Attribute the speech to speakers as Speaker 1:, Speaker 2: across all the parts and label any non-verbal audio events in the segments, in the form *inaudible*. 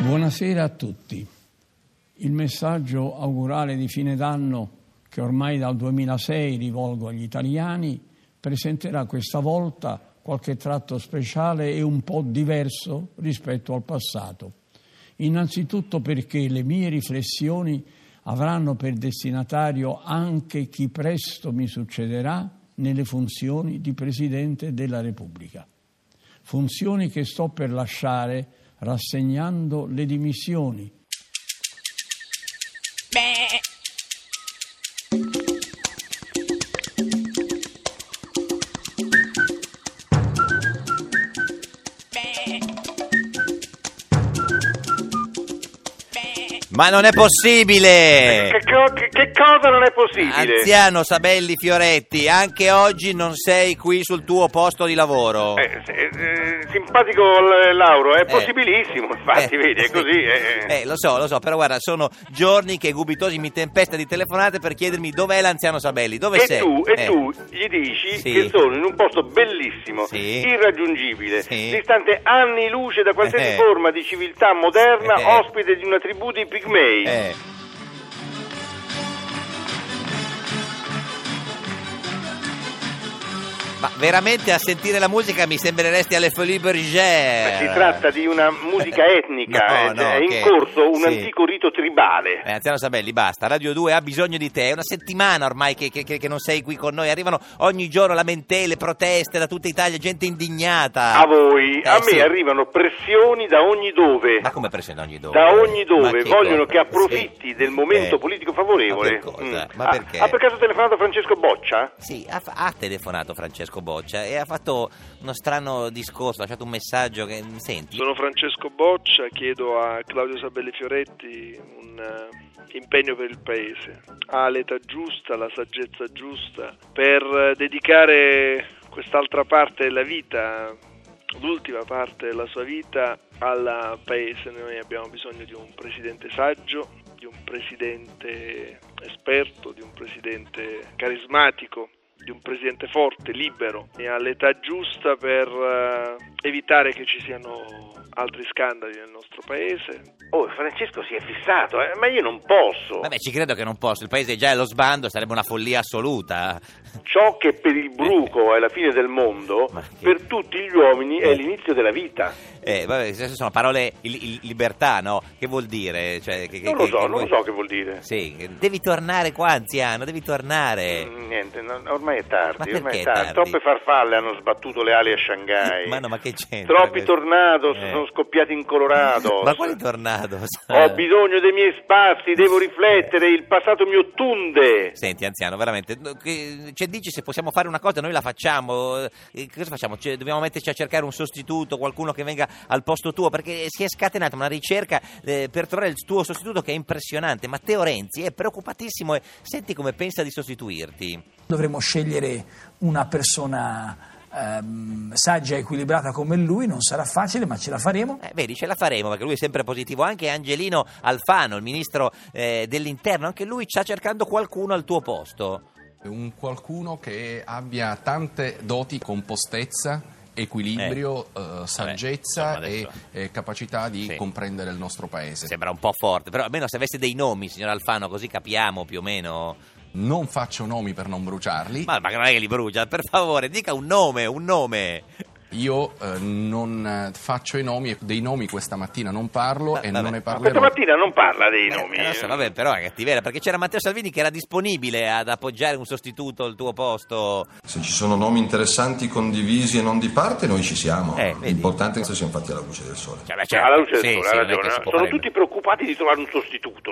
Speaker 1: Buonasera a tutti. Il messaggio augurale di fine d'anno che ormai dal 2006 rivolgo agli italiani presenterà questa volta qualche tratto speciale e un po' diverso rispetto al passato. Innanzitutto perché le mie riflessioni avranno per destinatario anche chi presto mi succederà nelle funzioni di Presidente della Repubblica. Funzioni che sto per lasciare rassegnando le dimissioni.
Speaker 2: Ma non è possibile!
Speaker 3: Che, co- che- che cosa non è possibile?
Speaker 2: Anziano Sabelli Fioretti, anche oggi non sei qui sul tuo posto di lavoro.
Speaker 3: Eh, se- eh, simpatico l- Lauro, è possibilissimo, infatti,
Speaker 2: Eh,
Speaker 3: vedi, è
Speaker 2: sì.
Speaker 3: così. eh.
Speaker 2: Eh, lo so, lo so, però guarda, sono giorni che Gubitosi mi tempesta di telefonate per chiedermi dov'è l'anziano Sabelli, dove
Speaker 3: E
Speaker 2: sei?
Speaker 3: tu, e
Speaker 2: Eh.
Speaker 3: tu gli dici
Speaker 2: Sì.
Speaker 3: che sono in un posto bellissimo,
Speaker 2: Sì.
Speaker 3: irraggiungibile,
Speaker 2: Sì.
Speaker 3: distante anni luce da qualsiasi
Speaker 2: Eh.
Speaker 3: forma di civiltà moderna,
Speaker 2: Eh.
Speaker 3: ospite di una tribù di pigmei.
Speaker 2: Eh. Ma veramente a sentire la musica mi sembreresti alle Folie
Speaker 3: Ma
Speaker 2: Bergère.
Speaker 3: Si tratta di una musica etnica,
Speaker 2: Eh. No,
Speaker 3: ed
Speaker 2: no,
Speaker 3: è in
Speaker 2: che-
Speaker 3: corso un
Speaker 2: sì.
Speaker 3: antico rito tribale.
Speaker 2: Eh, Anziano Sabelli, basta, Radio 2 ha bisogno di te, è una settimana ormai che, che- che- che non sei qui con noi, arrivano ogni giorno lamentele, proteste da tutta Italia, gente indignata.
Speaker 3: A voi,
Speaker 2: Eh,
Speaker 3: a me
Speaker 2: sì.
Speaker 3: arrivano pressioni da ogni dove.
Speaker 2: Ma come pressione ogni dove?
Speaker 3: da ogni dove
Speaker 2: Ma
Speaker 3: vogliono
Speaker 2: cosa?
Speaker 3: che approfitti
Speaker 2: Sì.
Speaker 3: del momento
Speaker 2: Eh.
Speaker 3: politico
Speaker 2: Ma per
Speaker 3: favorevole.
Speaker 2: cosa?
Speaker 3: Mm.
Speaker 2: Ma
Speaker 3: Ah,
Speaker 2: perché?
Speaker 3: Ha, per caso telefonato Francesco Boccia?
Speaker 2: Sì, ha, fa- ha telefonato Francesco Boccia e ha fatto uno strano discorso, ha lasciato un messaggio che... Senti,
Speaker 4: Sono Francesco Boccia, chiedo a Claudio Sabelli Fioretti un eh, impegno per il paese. Ha l'età giusta, la saggezza giusta per eh, dedicare quest'altra parte della vita, l'ultima parte della sua vita, al paese. Noi abbiamo bisogno di un presidente saggio, di un presidente esperto, di un presidente carismatico di un presidente forte, libero e all'età giusta per eh, evitare che ci siano altri scandali nel nostro paese.
Speaker 3: Oh, Francesco si è fissato, eh, ma io non posso.
Speaker 2: vabbè ci credo che non posso, il paese è già allo sbando, sarebbe una follia assoluta.
Speaker 3: Ciò che per il bruco è la fine del mondo,
Speaker 2: Eh. Ma che-
Speaker 3: per tutti gli uomini è
Speaker 2: Eh.
Speaker 3: l'inizio della vita.
Speaker 2: Eh, vabbè, adesso sono parole il- il- libertà, no? Che vuol dire? Cioè, che- che-
Speaker 3: Non lo
Speaker 2: che-
Speaker 3: so,
Speaker 2: che
Speaker 3: non lo
Speaker 2: vuoi-
Speaker 3: so che vuol dire.
Speaker 2: Sì, eh, devi tornare qua, anziano, devi tornare.
Speaker 3: Mm, Niente, no, ormai è
Speaker 2: Eh. Ma
Speaker 3: tardi, ormai
Speaker 2: perché
Speaker 3: è
Speaker 2: è
Speaker 3: tardi.
Speaker 2: tardi?
Speaker 3: Troppe farfalle hanno sbattuto le ali a Shanghai.
Speaker 2: Ma no, ma che c'entra?
Speaker 3: Troppi
Speaker 2: questo?
Speaker 3: tornado
Speaker 2: Eh.
Speaker 3: sono scoppiati in Colorado.
Speaker 2: Ma quale tornado?
Speaker 3: *laughs* Ho bisogno dei miei spazi, devo riflettere, il passato mio tunde.
Speaker 2: Senti, anziano, veramente, no, che- cioè, dici se possiamo fare una cosa, noi la facciamo. Eh, Cosa facciamo? Cioè, dobbiamo metterci a cercare un sostituto, qualcuno che venga al posto tuo, perché si è scatenata una ricerca eh, per trovare il tuo sostituto che è impressionante. Matteo Renzi è preoccupatissimo e senti come pensa di sostituirti.
Speaker 5: Dovremmo scegliere una persona ehm, saggia e equilibrata come lui, non sarà facile, ma ce la faremo.
Speaker 2: Eh, vedi, ce la faremo perché lui è sempre positivo. Anche Angelino Alfano, il ministro eh, dell'interno, anche lui sta cercando qualcuno al tuo posto.
Speaker 6: Un qualcuno che abbia tante doti, compostezza, equilibrio, eh, saggezza
Speaker 2: insomma, adesso-
Speaker 6: e eh, capacità di
Speaker 2: Sì.
Speaker 6: comprendere il nostro paese.
Speaker 2: Sembra un po' forte, però almeno se avesse dei nomi, signor Alfano, così capiamo più o meno.
Speaker 6: Non faccio nomi per non bruciarli.
Speaker 2: Ma, ma non è che li brucia, per favore, dica un nome, un nome.
Speaker 6: Io eh, non eh, faccio i nomi, e dei nomi questa mattina non parlo
Speaker 2: Ma-
Speaker 6: e
Speaker 2: vabbè.
Speaker 6: non ne
Speaker 3: Questa
Speaker 6: parlerò.
Speaker 3: mattina non parla dei nomi.
Speaker 2: Eh, adesso, vabbè, però è cattivera, perché c'era Matteo Salvini che era disponibile ad appoggiare un sostituto al tuo posto.
Speaker 7: Se ci sono nomi interessanti, condivisi e non di parte, noi ci siamo.
Speaker 2: Eh, vedi.
Speaker 7: L'importante è che siamo fatti alla luce del sole.
Speaker 2: Cioè, beh,
Speaker 3: Cioè,
Speaker 2: certo,
Speaker 3: alla luce del
Speaker 2: sì,
Speaker 3: sole,
Speaker 2: sì,
Speaker 3: ha
Speaker 2: non è che
Speaker 3: ragione. eh.
Speaker 2: si può
Speaker 3: Sono
Speaker 2: fare-
Speaker 3: tutti preoccupati di trovare un sostituto.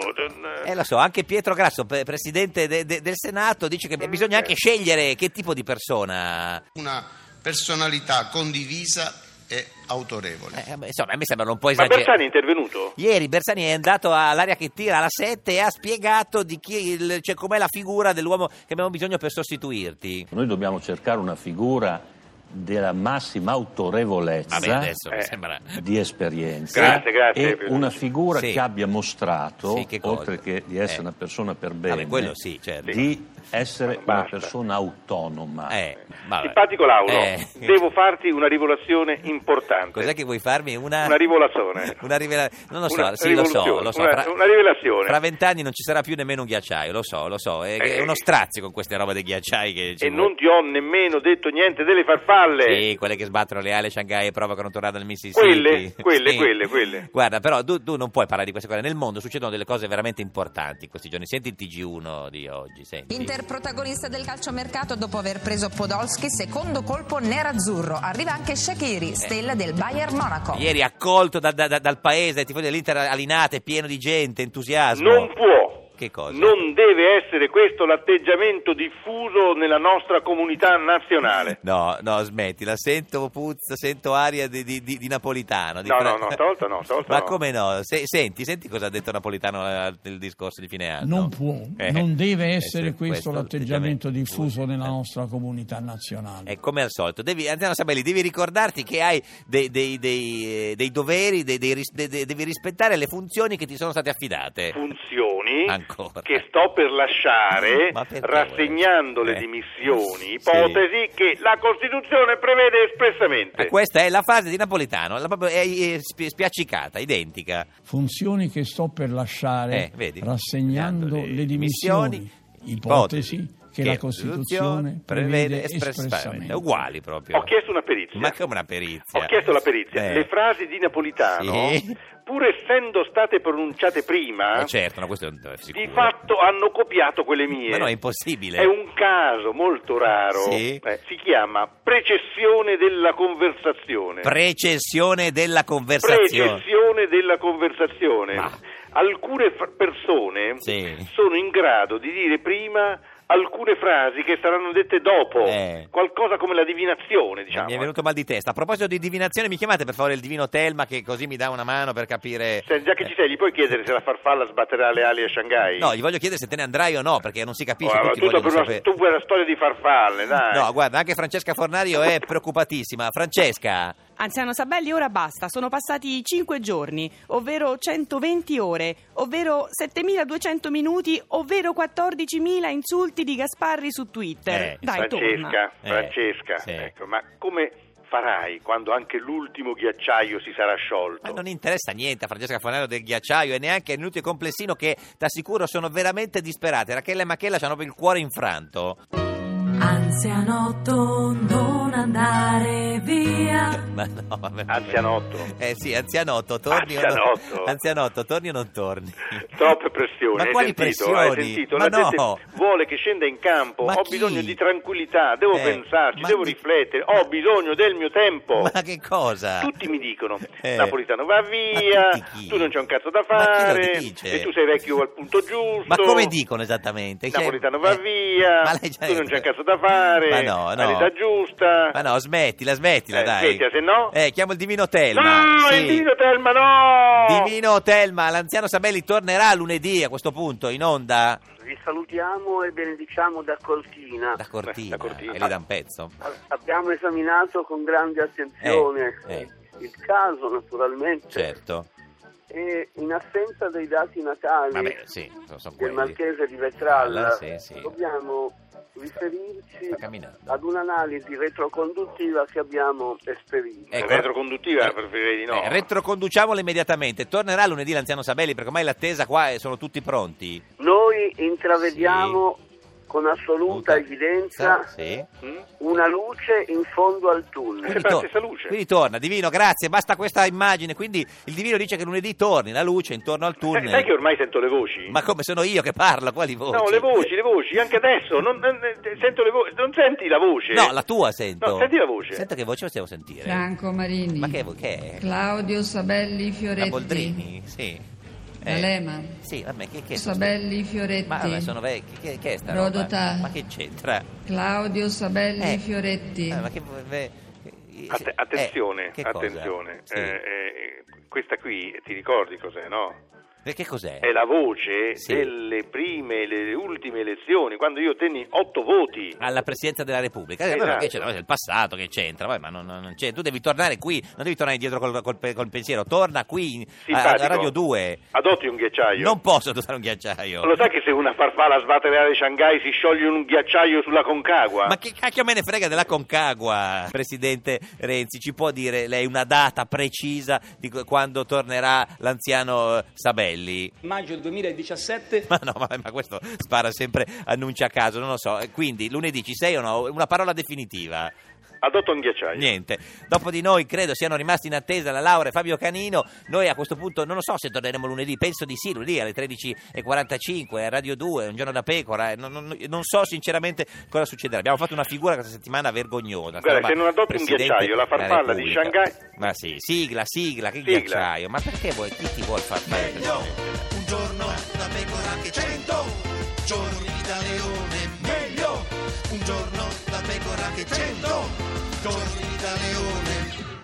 Speaker 2: Eh lo so, anche Pietro Grasso, pre- presidente de- de- del Senato, dice che bisogna anche scegliere che tipo di persona.
Speaker 8: una personalità condivisa e autorevole.
Speaker 2: Eh, beh, insomma, a me sembra un po'
Speaker 3: Ma Bersani
Speaker 2: esagerato.
Speaker 3: è intervenuto?
Speaker 2: Ieri Bersani è andato all'aria che tira alla 7 e ha spiegato di chi il- cioè, com'è la figura dell'uomo che abbiamo bisogno per sostituirti.
Speaker 9: Noi dobbiamo cercare una figura della massima autorevolezza
Speaker 2: Vabbè, adesso mi
Speaker 3: Eh.
Speaker 2: sembra.
Speaker 9: di esperienza
Speaker 3: Grazie, grazie,
Speaker 9: e
Speaker 3: Piero.
Speaker 9: una figura
Speaker 2: Sì.
Speaker 9: che abbia mostrato,
Speaker 2: Sì, che cosa?
Speaker 9: oltre che di essere
Speaker 2: Eh.
Speaker 9: una persona per
Speaker 2: Vabbè,
Speaker 9: bene,
Speaker 2: quello sì, certo.
Speaker 9: di essere
Speaker 3: Non
Speaker 9: una
Speaker 3: basta.
Speaker 9: persona autonoma.
Speaker 2: Eh, vabbè.
Speaker 3: Simpatico Lauro,
Speaker 2: Eh.
Speaker 3: devo farti una rivelazione importante.
Speaker 2: Cos'è che vuoi farmi? Una,
Speaker 3: Una rivelazione.
Speaker 2: *laughs* Una rivela- Non lo so,
Speaker 3: Una
Speaker 2: sì, lo so.
Speaker 3: rivoluzione,
Speaker 2: Lo so.
Speaker 3: una- una rivelazione.
Speaker 2: Fra vent'anni non ci sarà più nemmeno un ghiacciaio, lo so, lo so. È, è
Speaker 3: Eh.
Speaker 2: uno strazio con queste robe dei ghiacciai che ci
Speaker 3: E
Speaker 2: vuole.
Speaker 3: non ti ho nemmeno detto niente delle farfalle.
Speaker 2: Sì, quelle che sbattono le ali a Shanghai e provocano a tornare dal Mississippi.
Speaker 3: Quelle, quelle,
Speaker 2: Sì.
Speaker 3: quelle, quelle.
Speaker 2: Guarda, però tu, tu non puoi parlare di queste cose. Nel mondo succedono delle cose veramente importanti in questi giorni. Senti il TG1 di oggi, senti.
Speaker 10: Inter protagonista del calciomercato dopo aver preso Podolski, secondo colpo nerazzurro. Arriva anche Shakiri, stella del Bayern Monaco.
Speaker 2: Ieri accolto da- da- da- dal paese, dai tifosi dell'Inter alinate, pieno di gente, entusiasmo.
Speaker 3: Non può.
Speaker 2: Che cosa?
Speaker 3: Non deve essere questo l'atteggiamento diffuso nella nostra comunità nazionale.
Speaker 2: No, no, smettila, sento puzza, sento aria di, di- di- di napolitano. di
Speaker 3: No,
Speaker 2: fra-
Speaker 3: no, no, stavolta no, stavolta
Speaker 2: Ma
Speaker 3: no.
Speaker 2: come no? Se- senti, senti cosa ha detto Napolitano eh, nel discorso di fine anno.
Speaker 1: Non può,
Speaker 2: Eh,
Speaker 1: non deve essere questo l'atteggiamento diffuso nella
Speaker 2: Eh.
Speaker 1: nostra comunità nazionale.
Speaker 2: E come al solito, devi, Anziano Sabelli, devi ricordarti che hai dei, dei- dei- eh, dei doveri, dei- dei ris- de- de- devi rispettare le funzioni che ti sono state affidate.
Speaker 3: Funzioni
Speaker 2: Ancora.
Speaker 3: che sto per lasciare
Speaker 2: *laughs* Ma perché,
Speaker 3: rassegnando le
Speaker 2: eh?
Speaker 3: dimissioni,
Speaker 2: Sì.
Speaker 3: ipotesi che la Costituzione prevede
Speaker 2: Eh,
Speaker 3: espressamente.
Speaker 2: Questa è la frase di Napolitano, la- proprio, è, è spi- spiaccicata, identica.
Speaker 1: Funzioni che sto per lasciare
Speaker 2: Eh, vedi?
Speaker 1: rassegnando
Speaker 2: Rassegnando
Speaker 1: le
Speaker 2: le
Speaker 1: dimissioni,
Speaker 2: dimissioni,
Speaker 1: ipotesi che, la Costituzione
Speaker 2: Costituzione
Speaker 1: prevede espressamente.
Speaker 2: Uguali proprio.
Speaker 3: Ho chiesto una perizia.
Speaker 2: Ma come una perizia?
Speaker 3: Ho chiesto la perizia.
Speaker 2: Eh.
Speaker 3: Le frasi di Napolitano,
Speaker 2: Sì.
Speaker 3: pur essendo state pronunciate prima,
Speaker 2: Eh, certo, no, questo è un- è sicuro.
Speaker 3: di fatto hanno copiato quelle mie.
Speaker 2: Ma no, è impossibile.
Speaker 3: È un caso molto raro.
Speaker 2: Sì.
Speaker 3: Eh, si chiama precessione della conversazione.
Speaker 2: Precessione della conversazione.
Speaker 3: precessione della conversazione.
Speaker 2: Ma-
Speaker 3: Alcune fr- persone
Speaker 2: Sì.
Speaker 3: sono in grado di dire prima alcune frasi che saranno dette dopo,
Speaker 2: Eh.
Speaker 3: qualcosa come la divinazione, diciamo.
Speaker 2: Mi è venuto mal di testa. A proposito di divinazione, mi chiamate per favore il divino Telma che così mi dà una mano per capire.
Speaker 3: Senti, già che ci sei, gli puoi chiedere se la farfalla sbatterà le ali a Shanghai?
Speaker 2: Eh, No, gli voglio chiedere se te ne andrai o no, perché non si
Speaker 3: Oh,
Speaker 2: capisce.
Speaker 3: ma
Speaker 2: tutti
Speaker 3: tutto
Speaker 2: vogliono
Speaker 3: per una
Speaker 2: sapere.
Speaker 3: stupida storia di farfalle, dai.
Speaker 2: No, guarda, anche Francesca Fornario è preoccupatissima. Francesca,
Speaker 10: Anziano Sabelli, ora basta, sono passati 5 giorni, ovvero 120 ore, ovvero 7200 minuti, ovvero 14.000 insulti di Gasparri su Twitter.
Speaker 2: Eh,
Speaker 10: Dai, torna.
Speaker 3: Francesca,
Speaker 2: Eh,
Speaker 3: Francesca,
Speaker 2: sì.
Speaker 3: ecco, ma come farai quando anche l'ultimo ghiacciaio si sarà sciolto?
Speaker 2: ma non interessa niente a Francesca Fornario del ghiacciaio e neanche a Nuti e Complessino che, t'assicuro, sono veramente disperate. Rachele e Machella hanno proprio il cuore infranto. *laughs*
Speaker 10: Anzianotto, non andare via.
Speaker 2: Ma no, vabbè.
Speaker 3: Anzianotto.
Speaker 2: Eh sì, anzianotto, torni o
Speaker 3: Anzianotto.
Speaker 2: non... Anzianotto, torni o non torni?
Speaker 3: Troppe pressioni,
Speaker 2: Ma
Speaker 3: hai
Speaker 2: quali
Speaker 3: sentito?
Speaker 2: pressioni?
Speaker 3: Hai sentito?
Speaker 2: Ma
Speaker 3: La gente
Speaker 2: no.
Speaker 3: vuole che scenda in campo,
Speaker 2: Ma
Speaker 3: ho
Speaker 2: chi?
Speaker 3: bisogno di tranquillità, devo
Speaker 2: Eh,
Speaker 3: pensarci,
Speaker 2: ma
Speaker 3: devo
Speaker 2: di-
Speaker 3: riflettere,
Speaker 2: ma-
Speaker 3: ho bisogno del mio tempo.
Speaker 2: Ma che cosa?
Speaker 3: Tutti mi dicono,
Speaker 2: Eh.
Speaker 3: Napolitano va
Speaker 2: Ma
Speaker 3: via,
Speaker 2: tutti chi?
Speaker 3: tu non c'è un cazzo da
Speaker 2: Ma chi lo
Speaker 3: fare,
Speaker 2: dice?
Speaker 3: e tu sei vecchio al punto giusto.
Speaker 2: Ma come dicono esattamente? Chi è-
Speaker 3: Napolitano va
Speaker 2: eh,
Speaker 3: via,
Speaker 2: ma lei già-
Speaker 3: tu non c'è un cazzo da fare,
Speaker 2: Ma no, no.
Speaker 3: all'età giusta.
Speaker 2: Ma no, smettila, smettila,
Speaker 3: Eh,
Speaker 2: dai.
Speaker 3: smettila, se no-
Speaker 2: Eh, chiamo il Divino Telma.
Speaker 3: No,
Speaker 2: Sì.
Speaker 3: il dito Telma no!
Speaker 2: Divino Telma, l'anziano Sabelli tornerà lunedì a questo punto in onda
Speaker 10: Vi salutiamo e benediciamo da Cortina.
Speaker 2: da Cortina,
Speaker 3: da Cortina.
Speaker 2: e le dà un pezzo.
Speaker 10: Abbiamo esaminato con grande attenzione
Speaker 2: Eh, eh.
Speaker 10: il caso, naturalmente,
Speaker 2: Certo.
Speaker 10: e in assenza dei dati natali
Speaker 2: Vabbè, sì, sono, sono
Speaker 10: del
Speaker 2: quelli.
Speaker 10: Marchese di Vetralla,
Speaker 2: Sì, sì.
Speaker 10: dobbiamo riferirci
Speaker 2: Sta camminando.
Speaker 10: ad un'analisi retroconduttiva che abbiamo esperito.
Speaker 2: Ecco.
Speaker 3: Retroconduttiva, preferirei di no.
Speaker 2: Eh, retroconduciamola immediatamente. Tornerà lunedì l'anziano Sabelli perché ormai l'attesa qua e sono tutti pronti.
Speaker 10: Noi intravediamo con assoluta
Speaker 2: Assoluta.
Speaker 10: evidenza
Speaker 2: Sì.
Speaker 3: Mm?
Speaker 10: una luce in fondo al tunnel.
Speaker 3: Sembra la stessa luce.
Speaker 2: Quindi torna, Divino, grazie, basta questa immagine. Quindi il Divino dice che lunedì torni la luce intorno al
Speaker 3: Eh, Sai,
Speaker 2: tunnel.
Speaker 3: sai che ormai sento le voci?
Speaker 2: Ma come sono io che parlo? Quali voci?
Speaker 3: No, le voci, le voci, anche adesso. Non, non- eh, sento le voci. Non senti la voce?
Speaker 2: No, la tua sento.
Speaker 3: No, senti la voce.
Speaker 2: Sento che voce possiamo sentire.
Speaker 10: Franco Marini,
Speaker 2: Ma che, vo- che è?
Speaker 10: Claudio Sabelli
Speaker 2: La
Speaker 10: Fioretti,
Speaker 2: Boldrini? Sì. Eh,
Speaker 10: La Lema,
Speaker 2: Sì, vabbè, che, che sono
Speaker 10: Sabelli
Speaker 2: sta- Ma vabbè,
Speaker 10: Fioretti,
Speaker 2: sono vecchi. Che, che è sta
Speaker 10: Rodotà.
Speaker 2: roba? Ma che c'entra?
Speaker 10: Claudio Sabelli
Speaker 2: Eh.
Speaker 10: Fioretti,
Speaker 2: Ah, ma che... eh,
Speaker 3: Att-
Speaker 2: eh,
Speaker 3: attenzione,
Speaker 2: che cosa?
Speaker 3: attenzione.
Speaker 2: Sì.
Speaker 3: Eh, eh, questa qui, ti ricordi cos'è, no?
Speaker 2: Perché cos'è?
Speaker 3: È la voce
Speaker 2: Sì.
Speaker 3: delle prime e le ultime elezioni, quando io ottenni otto voti.
Speaker 2: alla presidenza della Repubblica. Eh,
Speaker 3: Esatto.
Speaker 2: vabbè, che c'entra? Vabbè, È il passato che c'entra, vabbè, ma non, non- non c'entra. Tu devi tornare qui, non devi tornare indietro col, col pe- col pensiero, torna qui in- a, a
Speaker 3: Simpatico.
Speaker 2: Radio 2.
Speaker 3: Adotti un ghiacciaio.
Speaker 2: Non posso adottare un ghiacciaio.
Speaker 3: Lo sai che se una farfalla svaterà di Shanghai si scioglie in un ghiacciaio sulla Concagua?
Speaker 2: Ma che cacchio me ne frega della Concagua, Presidente Renzi? Ci può dire lei una data precisa di qu- quando tornerà l'anziano eh, Sabelli?
Speaker 11: Maggio 2017
Speaker 2: Ma no, ma, ma questo spara sempre annunci a caso, non lo so. Eh, Quindi lunedì ci sei o no? Una parola definitiva.
Speaker 3: Adotto un ghiacciaio.
Speaker 2: Niente. Dopo di noi credo siano rimasti in attesa la Laura e Fabio Canino. Noi a questo punto non lo so se torneremo lunedì, penso di sì, lunedì alle 13.45 a Radio 2, un giorno da pecora. eh, Non, non- non so sinceramente cosa succederà. Abbiamo fatto una figura questa settimana vergognosa.
Speaker 3: Guarda,
Speaker 2: Insomma,
Speaker 3: se non adotti un
Speaker 2: Presidente
Speaker 3: ghiacciaio, la
Speaker 2: della
Speaker 3: farfalla di
Speaker 2: Repubblica.
Speaker 3: Shanghai-
Speaker 2: Ma sì, sigla, sigla, che
Speaker 3: Sigla.
Speaker 2: ghiacciaio. Ma perché vuoi, chi ti vuol far fare?
Speaker 12: un giorno da pecora che cento giorni da leone meglio un giorno da pecora che cento giorni da leone